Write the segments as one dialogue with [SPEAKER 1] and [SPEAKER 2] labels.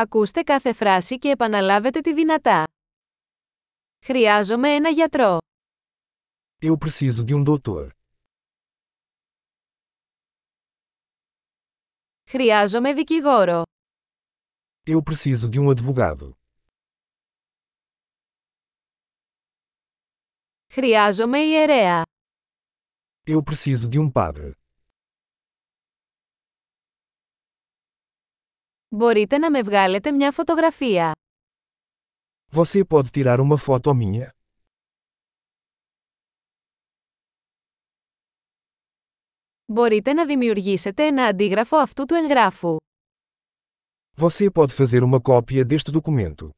[SPEAKER 1] Ακούστε κάθε φράση και επαναλάβετε τη δυνατά. Χρειάζομαι ένα γιατρό.
[SPEAKER 2] Eu preciso de um doutor.
[SPEAKER 1] Χρειάζομαι δικηγόρο.
[SPEAKER 2] Eu preciso de um advogado.
[SPEAKER 1] Χρειάζομαι ιερέα.
[SPEAKER 2] Eu preciso de um padre.
[SPEAKER 1] Μπορείτε να με βγάλετε μια φωτογραφία.
[SPEAKER 2] Você pode tirar uma foto minha?
[SPEAKER 1] Μπορείτε να δημιουργήσετε ένα αντίγραφο αυτού του εγγράφου.
[SPEAKER 2] Você pode fazer uma cópia deste documento.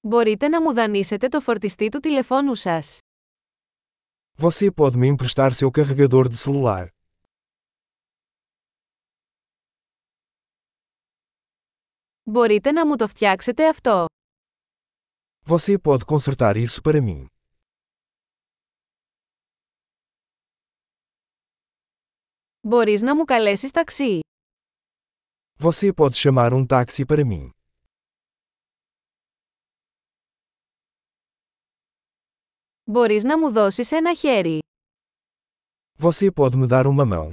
[SPEAKER 1] Μπορείτε να μου δανείσετε το φορτιστή του τηλεφώνου σας.
[SPEAKER 2] Você pode me emprestar seu carregador de celular.
[SPEAKER 1] Μπορείτε να μου το φτιάξετε αυτό.
[SPEAKER 2] Você pode consertar isso para mim.
[SPEAKER 1] Μπορείς να μου καλέσεις ταξί.
[SPEAKER 2] Você pode chamar um táxi para mim.
[SPEAKER 1] Μπορείς να μου δώσεις ένα χέρι.
[SPEAKER 2] Você pode me dar uma mão.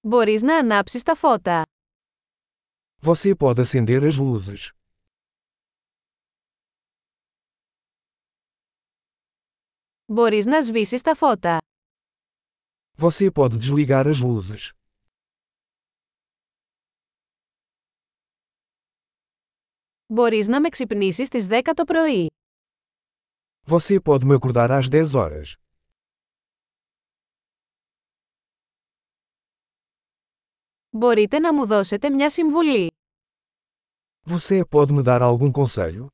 [SPEAKER 1] Μπορείς να ανάψεις τα φώτα.
[SPEAKER 2] Você pode acender as luzes.
[SPEAKER 1] Μπορείς να σβήσεις τα φώτα.
[SPEAKER 2] Você pode desligar as luzes.
[SPEAKER 1] Μπορείς να με ξυπνήσεις στις 10 το πρωί.
[SPEAKER 2] Você pode me acordar às 10 horas.
[SPEAKER 1] Μπορείτε να μου δώσετε μια συμβουλή.
[SPEAKER 2] Você pode me dar algum conselho?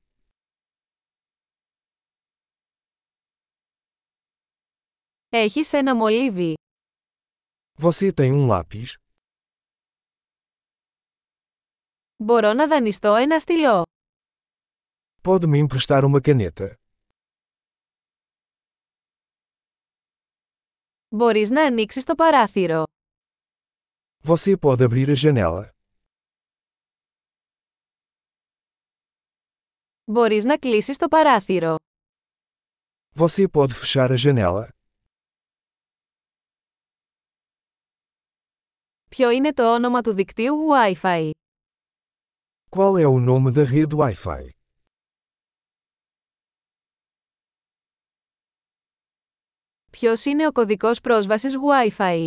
[SPEAKER 1] Έχεις ένα μολύβι.
[SPEAKER 2] Você tem um lápis?
[SPEAKER 1] Μπορώ να δανειστώ ένα στυλό.
[SPEAKER 2] Pode me emprestar uma caneta?
[SPEAKER 1] Μπορείς να ανοίξεις το παράθυρο.
[SPEAKER 2] Você pode abrir a janela?
[SPEAKER 1] Μπορείς να κλείσεις το παράθυρο.
[SPEAKER 2] Você pode fechar a janela?
[SPEAKER 1] Ποιο είναι το όνομα του δικτύου Wi-Fi.
[SPEAKER 2] Qual é o nome da rede Wi-Fi?
[SPEAKER 1] Ποιος είναι ο κωδικός πρόσβασης Wi-Fi.